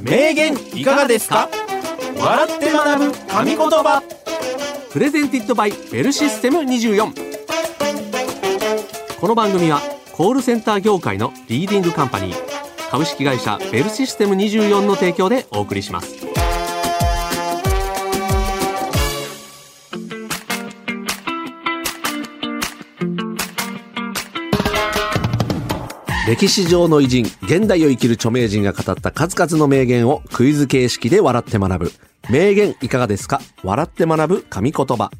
名言いかがですか笑って学ぶ神言葉プレゼンティッドバイベルシステム24この番組はコールセンター業界のリーディングカンパニー株式会社ベルシステム24の提供でお送りします歴史上の偉人、現代を生きる著名人が語った数々の名言をクイズ形式で笑って学ぶ。名言いかがですか笑って学ぶ神言葉。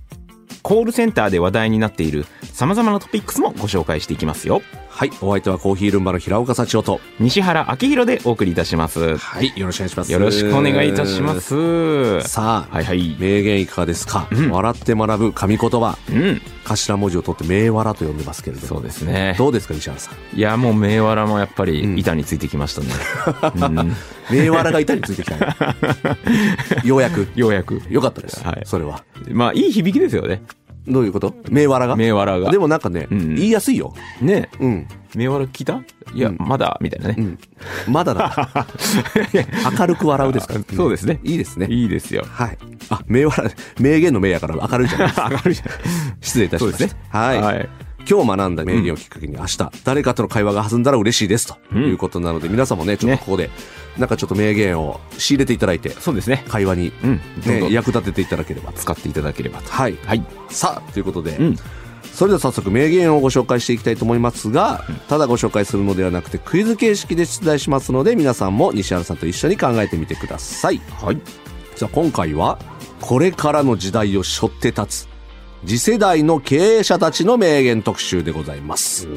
コールセンターで話題になっている様々なトピックスもご紹介していきますよはい、お相手はコーヒールンバの平岡幸男と。西原明宏でお送りいたしますはい、よろしくお願いします。よろしくお願いいたしま。すさあ、はいはい名言いかがですか、ん笑って学ぶ神言葉。うん頭文字を取って名笑と呼んでますけれども。そうですねどうですか、西原さん。いやもう銘柄もやっぱうんり板についてきましたね、 うん名笑が板についてきたね ようやく。ようやくよかったです。はいそれは。まあいい響きですよねどういうこと名笑が銘柄がでもなんかね、うん言いやすいよ。ねうん。銘柄聞いたいや、うんまだみたいなね、うん。まだなんだ。 明るく笑うですから、そうですねいいですね。いいですよはい。あ、名笑、名言の名やから明るいじゃないですか。上がるじゃない失礼いたしましそうですたね。はい。はい今日学んだ名言をきっかけに明日、誰かとの会話が弾んだら嬉しいですということなので、皆さんもね、ちょっとねここで、なんかちょっと名言を仕入れていただいて、そうですね会話に、うんどんどね、ん役立てていただければと。使っていただければとはい。はいさあ、ということで、うんそれでは早速名言をご紹介していきたいと思いますが、ただご紹介するのではなくてクイズ形式で出題しますので、皆さんも西原さんと一緒に考えてみてください。はいさあ今回は、これからの時代を背負って立つ、次世代の経営者たちの名言特集でございます。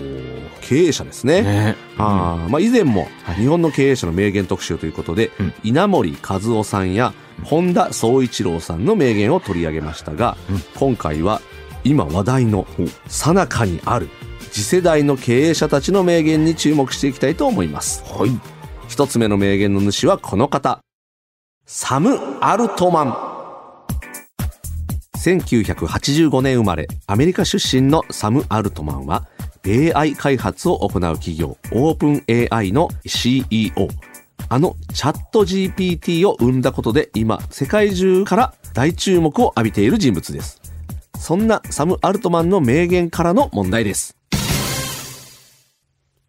経営者ですね。ねあーまあ、以前もはい日本の経営者の名言特集ということで、うん稲盛和夫さんや本田宗一郎さんの名言を取り上げましたが、うん今回は今話題の最中にある次世代の経営者たちの名言に注目していきたいと思います。はい一つ目の名言の主はこの方。サム・アルトマン。1985年生まれ、アメリカ出身のサム・アルトマンは、AI 開発を行う企業、オープン AI の CEO。あのチャット GPT を生んだことで今、世界中から大注目を浴びている人物です。そんなサム・アルトマンの名言からの問題です。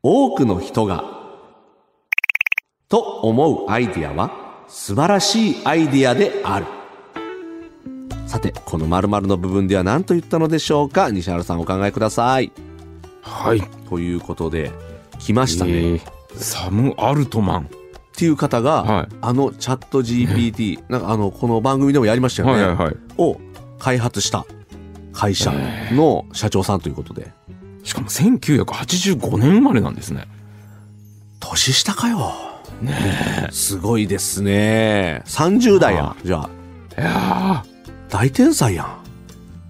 多くの人がと思うアイディアは素晴らしいアイディアであるさてこの〇〇の部分では何と言ったのでしょうか西原さんお考えくださいはいということで来ましたね、っえーサム・アルトマンていう方が、はいあのチャット GPT、なんかあのこの番組でもやりましたよね、はいを開発した会社の社長さんということでしかも1985年生まれなんですね年下かよねすごいですね30代やんはじゃあいや大天才やんー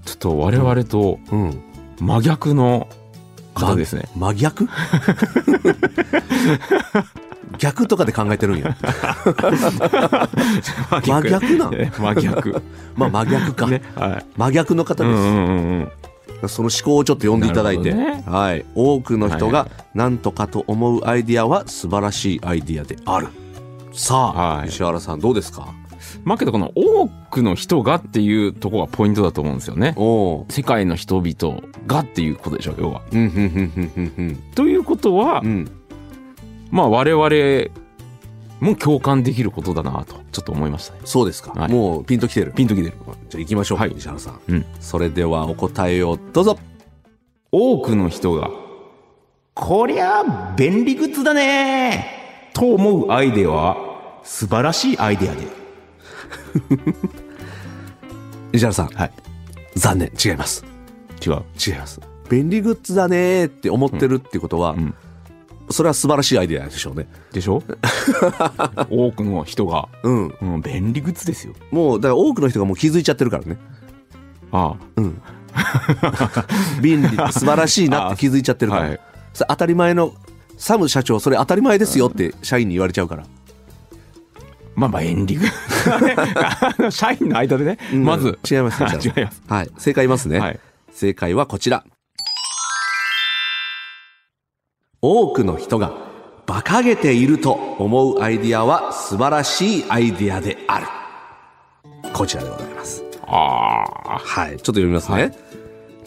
ちょっと我々とうん真逆の方ですね真 逆逆とかで考えてるんや。 真逆 なの真 逆まあ真逆か。ねはい真逆の方うでんうす。んうんうんその思考をちょっと読んでいただいて、なるほどねはい、多くの人はいはが何とかと思うアイディアは素晴らしいアイディアである。さあ、はい石原さんどうですかまあけどこの多くの人がっていうところがポイントだと思うんですよねおお世界の人々がっていうことでしょ要はう。うんうんうんうんということはうんうん。まあ我々も共感できることだなとちょっと思いましたねそうですか。はいもうピンときてる。ピンときてるじゃあ行きましょうか、はい石原さん。うんそれではお答えをどうぞ。多くの人がこりゃ便利グッズだねと思うアイデアは素晴らしいアイデアで石原さん、はい残念。違います。違う違います便利グッズだねーって思ってるってことは、んそれは素晴らしいアイデアでしょうねで しょ多くの人が、うんうん、便利グッズですよもうだから多くの人がもう気づいちゃってるからねあうん便利素晴らしいなって気づいちゃってるから、はいそれ当たり前のサム社長それ当たり前ですよって社員に言われちゃうからまあまあ便利グッズ社員の間でね、うんまず違います 違いますはい正解いますね、はい正解はこちら多くの人が馬鹿げていると思うアイディアは素晴らしいアイディアである。こちらでございます。ああ。はい、ちょっと読みますね。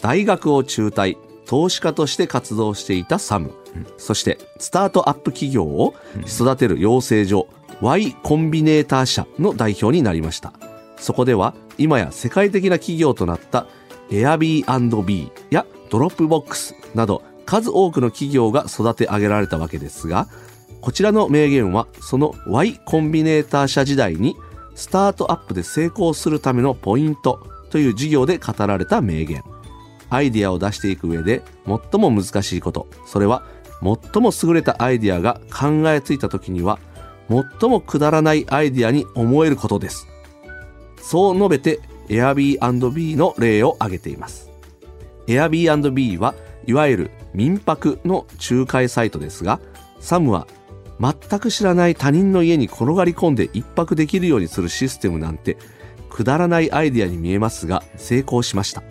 大学を中退、投資家として活動していたサム、そしてスタートアップ企業を育てる養成所、Y コンビネーター社の代表になりました。そこでは今や世界的な企業となった Airbnb やドロップボックスなど数多くの企業が育て上げられたわけですが、こちらの名言はその Y コンビネーター社時代にスタートアップで成功するためのポイントという授業で語られた名言。アイデアを出していく上で最も難しいこと、それは最も優れたアイデアが考えついた時には最もくだらないアイデアに思えることです。そう述べて Airbnb の例を挙げています。Airbnb はいわゆる民泊の仲介サイトですが、サムは全く知らない他人の家に転がり込んで一泊できるようにするシステムなんてくだらないアイデアに見えますが成功しました。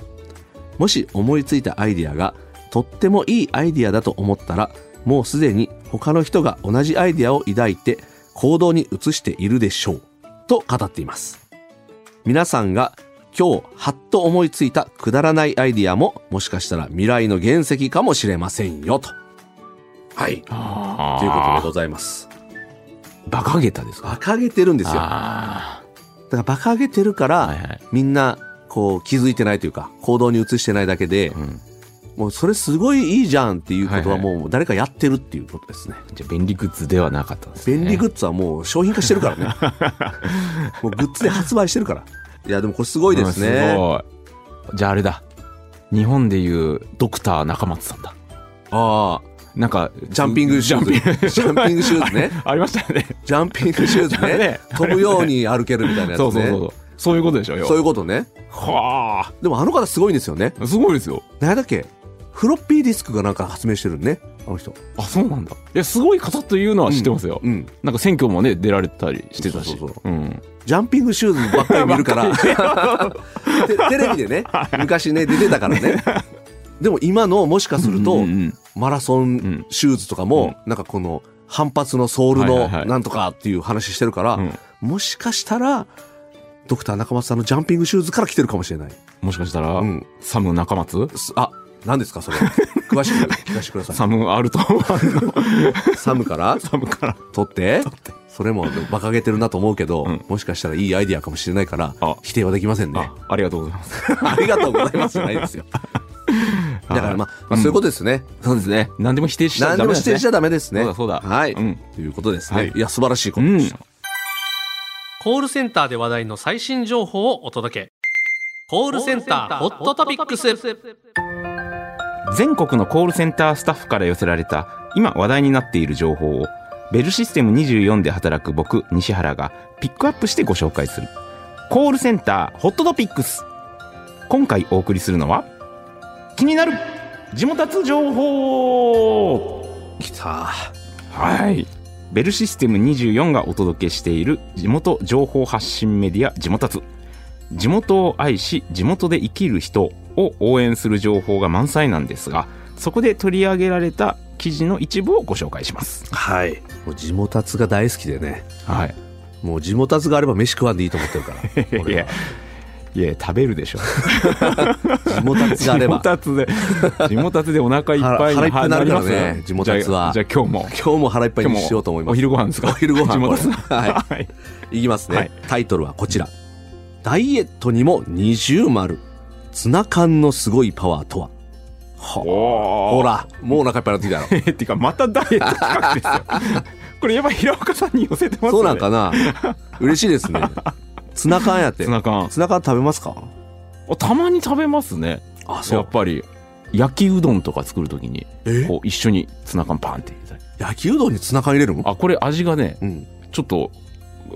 もし思いついたアイデアがとってもいいアイデアだと思ったらもうすでに他の人が同じアイデアを抱いて行動に移しているでしょうと語っています。皆さんが今日はっと思いついたくだらないアイディアももしかしたら未来の原石かもしれませんよと。はい。あということでございます。バカげたですか馬鹿げてるんですよ。だかあら馬鹿げてるから、あ。はいはい。みんなこう気づいてないというか行動に移してないだけで、うん。もうそれすごいいいじゃんっていうことははいはもう誰かやってるっていうことですね。じゃあ便利グッズではなかったんですね。便利グッズはもう商品化してる からね。もうグッズで発売してるから。いやでもこれすごいですね。うんすごいじゃああれだ。日本でいうドクター中松さんだ。ああ、なんか、ジャンピングシュジャンピンーズ。ジャンピングシューズね。ありましたよ ね。 ジャンピングシューズね。ね飛ぶように歩けるみたいなやつね。 そうそうそうそう。そういうことでしょ、要はそういうことね。はでもあの方すごいんですよね。あ。すごいですよ。何だっけフロッピーディスクがなんか発明してるね。あの人。あ、そうなんだ。いや、すごい方というのは知ってますよ。うん。なんか選挙もね、出られたりしてたそし。うそうそうん。ジャンピングシューズばっかり見る から。テテレビでね、昔ね、出てたからね。でも今のもしかすると、うんうんマラソンシューズとかも、なんかこの反発のソールはいのはいはいなんとかっていう話してるから、うんもしかしたら、ドクター中松さんのジャンピングシューズから来てるかもしれない。もしかしたら、うんサム中松すあ、何です かそれ。詳しく聞かせてください。サムアルトワンのサムからサ ムから。取って、それも馬鹿げてるなと思うけど、うんもしかしたらいいアイディアかもしれないからあ、否定はできませんねあ。、ありがとうございます。 ありがとうございますじゃないですよ。だからまあ、まあそういうことですね。そうですね。何でも否定しちゃ何ダでもメで否すね。定しちゃダメですね。そうだそうだはい。うんということですね。はいい、や、素晴らしいことでした。コールセンターで話題の最新情報をお届けコールセンターホットトピックス全国のコールセンタースタッフから寄せられた今話題になっている情報をベルシステム24で働く僕西原がピックアップしてご紹介するコールセンターホットトピックス今回お送りするのは気になる地元発情報きた。はいベルシステム24がお届けしている地元情報発信メディア地元つ地元を愛し地元で生きる人を応援する情報が満載なんですがそこで取り上げられた記事の一部をご紹介しますはい。もう地元つが大好きでね。はいもう地元つがあれば飯食わんでいいと思ってるか いやら。いや食べるでしょ地元つがあれ 地ば。元つで地元つでお腹いっぱ腹い腹いっぱいになるからねりますよ地元つはじゃあじゃあ今日も今日も腹いっぱい今に日しようと思いもます。お昼ご飯ですかお昼ご飯地元つこれははいいきますね、はいタイトルはこちら。ダイエットにも二重丸。ツナ缶のすごいパワーとは。はあほほら、もうお腹いっぱいになってきた えーっていうかまたダイエット企画ですよこれやっぱ平岡さんに寄せてまよ。すねそうなんかな。嬉しいです ね。ツナ缶やってツ。ナ缶ツナ缶食べますかあたまに食べますねあ、そやうっ。ぱり焼きうどんとか作るときにえこう一緒にツナ缶パンって入れたり焼きうどんにツナ缶入れるのあこれ味がねうん。ちょっと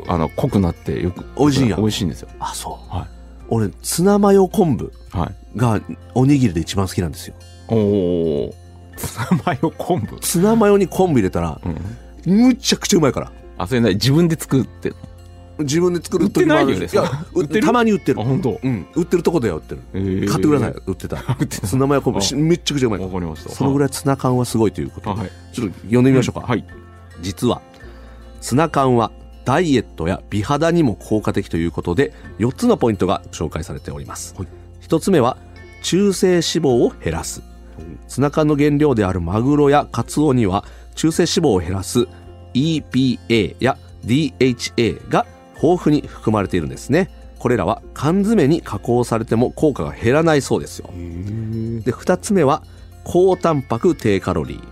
あの濃くなってよく美味しいんや美味しいんですよあ、そう。はい俺、ツナマヨ昆布はいがおにぎりで一番好きなんですよ。おおツ ナマヨ昆布ツナマヨに昆布入れたら、うんむちゃくちゃうまいから。あそれね自分で作ってあ自分で作る時もある売ってないよねいや、売売っっててるたまに売ってる。本当うん。売ってるとこでは売ってる。えー買ってください。売ってた。売 ってたツナマヨ昆布し、めっちゃくちゃうまいかわら。かりましたそのぐらいらいツナ缶はすごいということはでい。ちょっと読んでみましょうか。はい実はツナ缶はダイエットや美肌にも効果的ということで4つのポイントが紹介されております、はい1つ目は中性脂肪を減らすツナ缶の原料であるマグロやカツオには中性脂肪を減らす EPA や DHA が豊富に含まれているんですねこれらは缶詰に加工されても効果が減らないそうですよで2つ目は高タンパク低カロリー、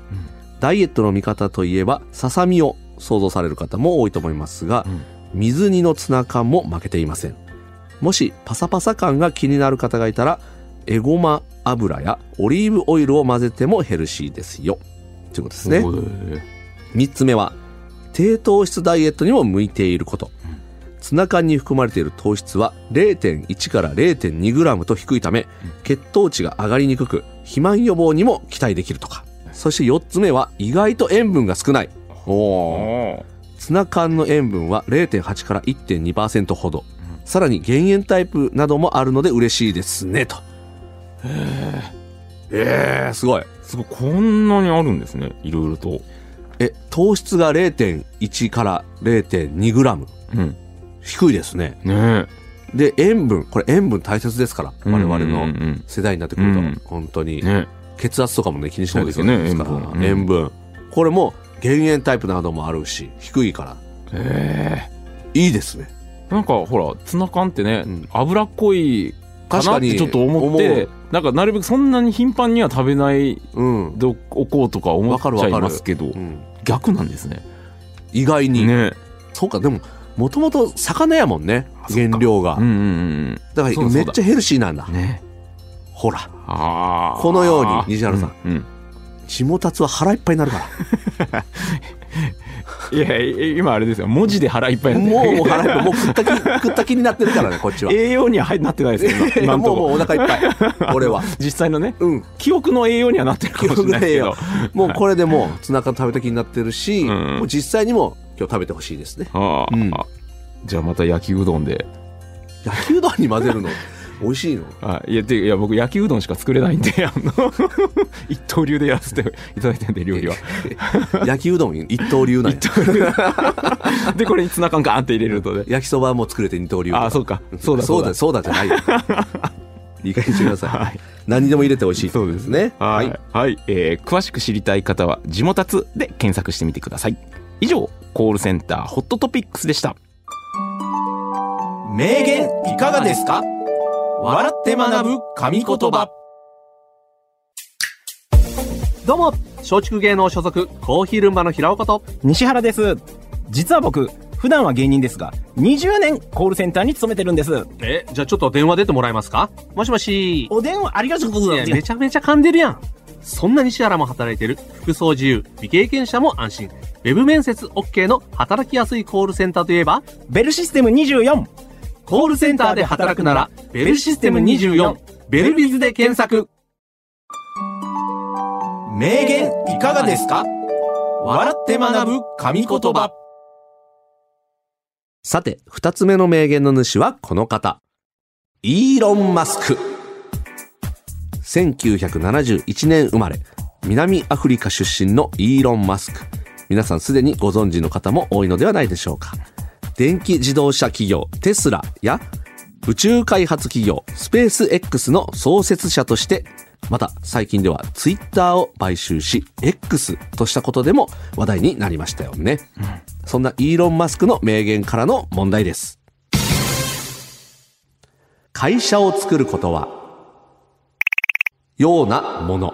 ダイエットの見方といえばささみを想像される方も多いと思いますが、うん水煮のツナ缶も負けていませんもしパサパサ感が気になる方がいたらエゴマ油やオリーブオイルを混ぜてもヘルシーですよということですね、3つ目は低糖質ダイエットにも向いていることツナ缶に含まれている糖質は0.1から0 2グラムと低いため血糖値が上がりにくく肥満予防にも期待できるとかそして4つ目は意外と塩分が少ないおーおツナ缶の塩分は0.8から1.2%ほどさらに減塩タイプなどもあるので嬉しいですねとええー、すごいすごいこんなにあるんですねいろいろとえ糖質が0.1から0.2グラムうん低いですねねで塩分これ塩分大切ですからえ我々うんのうん世代になってくると、うん本当に、うんね血圧とかもね気にしないといけそうでなすいでねすから塩分塩分はこれも減塩タイプなどもあるし低いからえいいですねえなんかほらツナ缶ってね、うん脂っこいか確なかってにちょっと思ってなんかなるべくそんなに頻繁には食べない思ううん、どおこうとか思っわかるちゃわいかるますけどうん逆なんですね意外に、ねそうかでももともと魚やもんねあそっか原料がうんうんだかそうらだそうめだっちゃヘルシーなんだうんねほらああこのように西原さん、うんうん下もたつは腹いっぱいになる からいやいや今あれですよ文字で腹いっぱいなんでもうもう腹いっぱいもう食った気食った気になってるからねこ っちは栄養には入ってなってないですよ今 今んともうこもうお腹いっぱい俺は実際のねうん記憶の栄養にはなってるかもしれないですけどもうこれでもうツナ缶食べた気になってるし、うんもう実際にも今日食べてほしいですねああ、うんじゃあまた焼きうどんで焼きうどんに混ぜ るの美味しいのあいやていや僕焼きうどんしか作れないんで あの一刀流でやらせていただいてんで料理は焼きうどん一刀流なんや一刀流でこれにツナ缶ガーンって入れると ね焼きそばも作れて二刀流ああそううかそうだそうだそうだそうだじゃ ないよいい加減にしてください、はい何にでも入れて美味しいそうですねは、はいい、はいえー詳しく知りたい方は「地元達」で検索してみてください以上コールセンターホットトピックスでした名言いかがですか笑って学ぶ神言葉どうも松竹芸能所属コーヒールンバの平岡と西原です実は僕普段は芸人ですが20年コールセンターに勤めてるんですえじゃあちょっと電話出てもらえますかもしもしお電話ありがとうごいやめちゃめちゃ噛んでるやんそんな西原も働いてる服装自由未経験者も安心ウェブ面接 OK の働きやすいコールセンターといえばベルシステム24コールセンターで働くなら、ベルシステム24、ベルビズで検索。名言いかがですか笑って学ぶ神言葉さて二つ目の名言の主はこの方イーロン・マスク1971年生まれ南アフリカ出身のイーロン・マスク皆さんすでにご存知の方も多いのではないでしょうか電気自動車企業テスラや宇宙開発企業スペース X の創設者としてまた最近ではツイッターを買収し X としたことでも話題になりましたよね、そんなイーロン・マスクの名言からの問題です会社を作ることはようなもの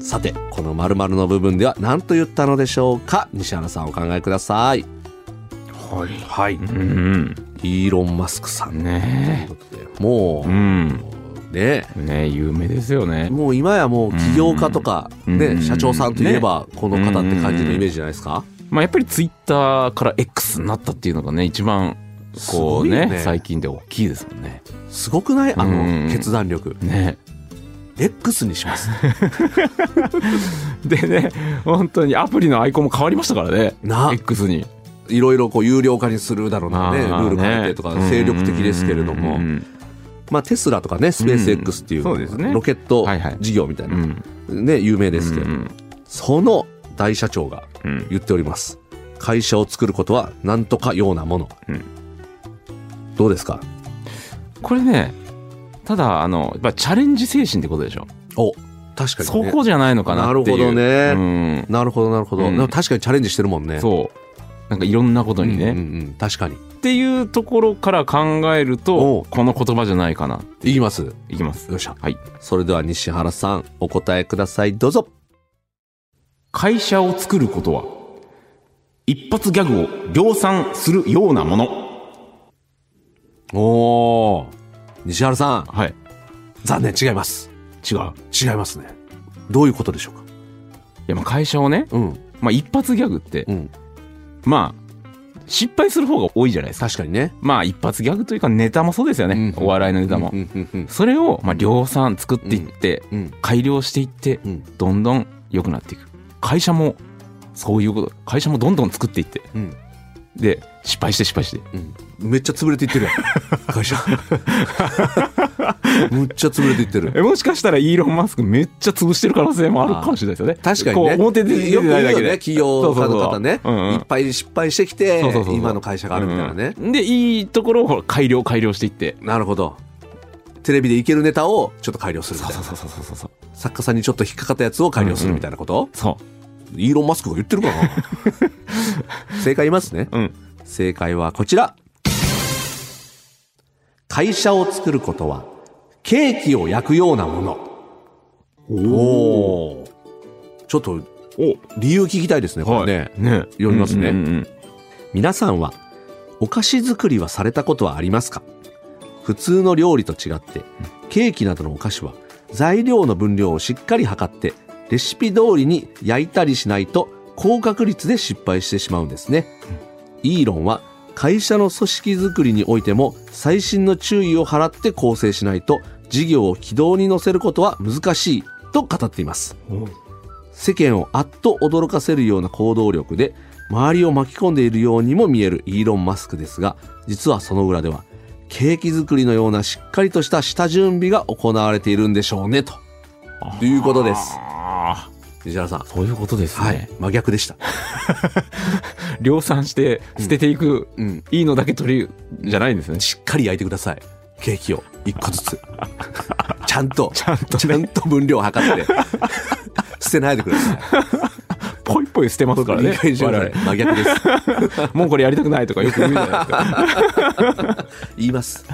さてこの〇〇の部分では何と言ったのでしょうか西原さんお考えくださいはいはいうんイーロン・マスクさんねということでもえうんうねねえ有名ですよねもう今やもう起業家とかうんね社長さんといえばこの方って感じのイメージじゃないですかまあやっぱりツイッターから X になったっていうのがね一番すこごういよねね最近で大きいですもんねすごくないあうんの決断力 ね X にしますえでね本当にアプリのアイコンも変わりましたからねな X にいろいろこう有料化にするだろうなねルああール改定とかね精力的ですけれどもうんうんまあテスラとかねスペース X っていそうですうねロケットはいはい事業みたいうんうなんね有名ですけうどんその大社長がうん。言っております。会社を作ることはなんとかようなもの。うんどうですかこれね、ただ、あの、やっぱチャレンジ精神ってことでしょ。お、確かにそね。こじゃないのかなっていなるう。ほどねうん。なるほど、なるほど。うんでも確かにチャレンジしてるもんね。そう。なんかいろんなことにうね。んうんうん確かに。っていうところから考えるおとう、この言葉じゃないかな。いきます。よいきます。っしゃ。はい。それでは西原さん、お答えください。どうぞ。会社を作ることは、一発ギャグを量産するようなもの。おー。西原さん、はい。残念、違います。違う。い違いますね。どういうことでしょうかや、まあ会社をね、うん、まあ一発ギャグって、うん。まあ、失敗する方が多いじゃないですか。確かにね。まあ一発ギャグというかネタもそうですよね。うんお笑いのネタも。うん、うん、うんそれを、まあ、量産作っていって、うん。うん改良していって、うんどんどん良くなっていく。会社も、そういうこと。会社もどんどん作っていって。うん、で、失敗して失敗して。うん。めっちゃ潰れていってるやん。会 社。むっちゃ潰れていってる。 えもしかしたらイーロン・マスクめっちゃ潰してる可能性もあるかもしれないですよね。 確かにこうね。表で出よてくな言いうだよけね。で。企業家の方ね。そうそうそううんうんいっぱい失敗してきてそうそうそうそう今の会社があるみたいなね。うんで、いいところをほら改良改良していって。なるほど。テレビでいけるネタをちょっと改良するみそたういそなう。そうそうそうそう。作家さんにちょっと引っかかったやつを改良するみたいなこと、そイーロン・マスクが言ってるかな正解言いますね。う。うん。正解はこちら。会社を作ることは、ケーキを焼くようなもの。おーちょっと、理由聞きたいですね、これね。ね。読みますねうんうんうん皆さんはお菓子作りはされたことはありますか普通の料理と違ってケーキなどのお菓子は材料の分量をしっかり測ってレシピ通りに焼いたりしないと高確率で失敗してしまうんですね、イーロンは会社の組織づくりにおいても細心の注意を払って構成しないと事業を軌道に乗せることは難しいと語っています世間をあっと驚かせるような行動力で周りを巻き込んでいるようにも見えるイーロン・マスクですが実はその裏ではケーキ作りのようなしっかりとした下準備が行われているんでしょうねとということですあ西原さんーそういうことですね。はい真逆でした、量産して捨てていく、うん、いいのだけ取り、じゃないんですね。しっかり焼いてくださいケーキを一個ずつ ちゃんとちゃんとちゃんと分量を測って 捨てないでくださいぽいぽい捨てますからね。理解し我なさい々真逆ですもうこれやりたくないとかよく言うじゃないで すか。言います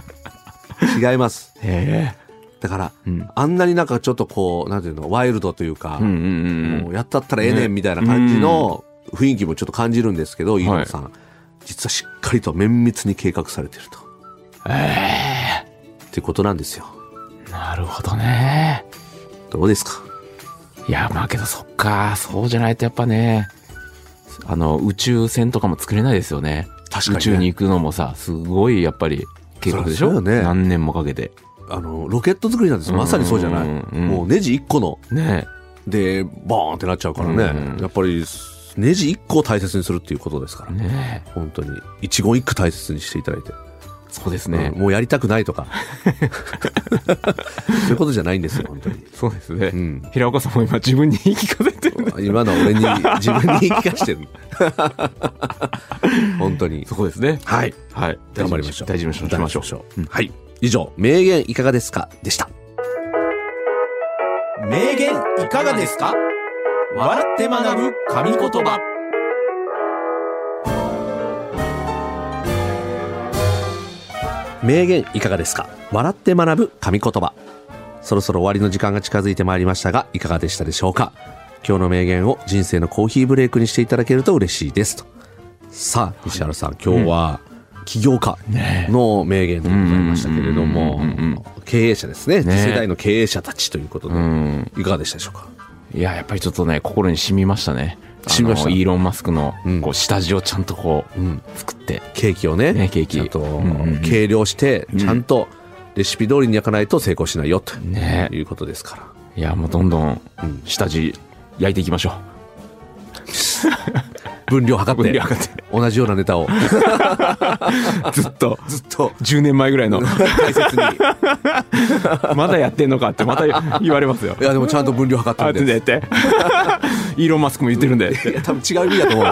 違いますへだから、うんあんなになんかちょっとこう、なんていうの、ワイルドというか、え。うんうんうんもうん。うやったったらええねんみたいな感じの雰囲気もちょっと感じるんですけど、飯野さん、実はしっかりと綿密に計画されてると。ってことなんですよ。なるほどね。どうですかいや、まあけどそっか、そうじゃないとやっぱね、あの、宇宙船とかも作れないですよね。確かにね宇宙に行くのもさ、すごいやっぱり計画でしょそりゃそうよね何年もかけて。あの、ロケット作りなんですまさにそうじゃない、うんうんうんもうネジ1個のねで、ボーンってなっちゃうからね。うんうんやっぱり、ネジ1個を大切にするっていうことですから。え。ねえ。本当に。一言一句大切にしていただいて。そうですね。うんもうやりたくないとか。 そういうことじゃないんですよ、本当に。そうですね。うん平岡さんも今自分に言い聞かせてるね。今のは俺に、自分に言い聞かしてる。 本当に。そこですね。はい。はい。頑張りましょう。大事にしましょう。大事にしましょう。う。はい。以上、名言いかがですかでした。名言いかがですか笑って学ぶ神言葉名言いかがですか笑って学ぶ神言葉。そろそろ終わりの時間が近づいてまいりましたが、いかがでしたでしょうか今日の名言を人生のコーヒーブレイクにしていただけると嬉しいですと。さあ、西原さん、今日は、起業家の名言でございましたけれども、経営者ですね。ね次世代の経営者たちということでう、ん。いかがでしたでしょうかいや、やっぱりちょっとね、心に染みましたね。染みましたあのイーロン・マスクのうん、こう、下地をちゃんとこう、ん作って。ケーキをねねケーキちゃんとうんうんうん計量してちゃんとレシピ通りに焼かないと成功しないよとねいうことですから、いや、もうどんどんうん、下地、焼いていきましょ分量測う。って分量測って。同じようなネタをずっと、 ずっと10年前ぐ らいの、大切にいまだやってんのかって、また言われます よ。やでもちゃんと分量測あ、ってるん全で然やって。 イーロン・マスクも言ってるんで。 いや多分違う意味だと思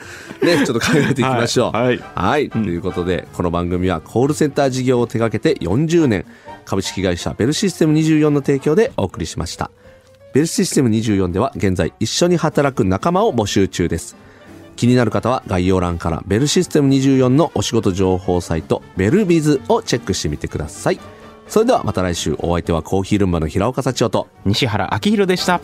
う。ね、ちょっと考えていきましょう。はいはいということで、この番組はコールセンター事業を手掛けて40年、株式会社ベルシステム24の提供でお送りしました。ベルシステム24では現在一緒に働く仲間を募集中です。気になる方は概要欄からベルシステム24のお仕事情報サイトベルビズをチェックしてみてください。それではまた来週お相手はコーヒールンバの平岡幸男と西原明宏でした。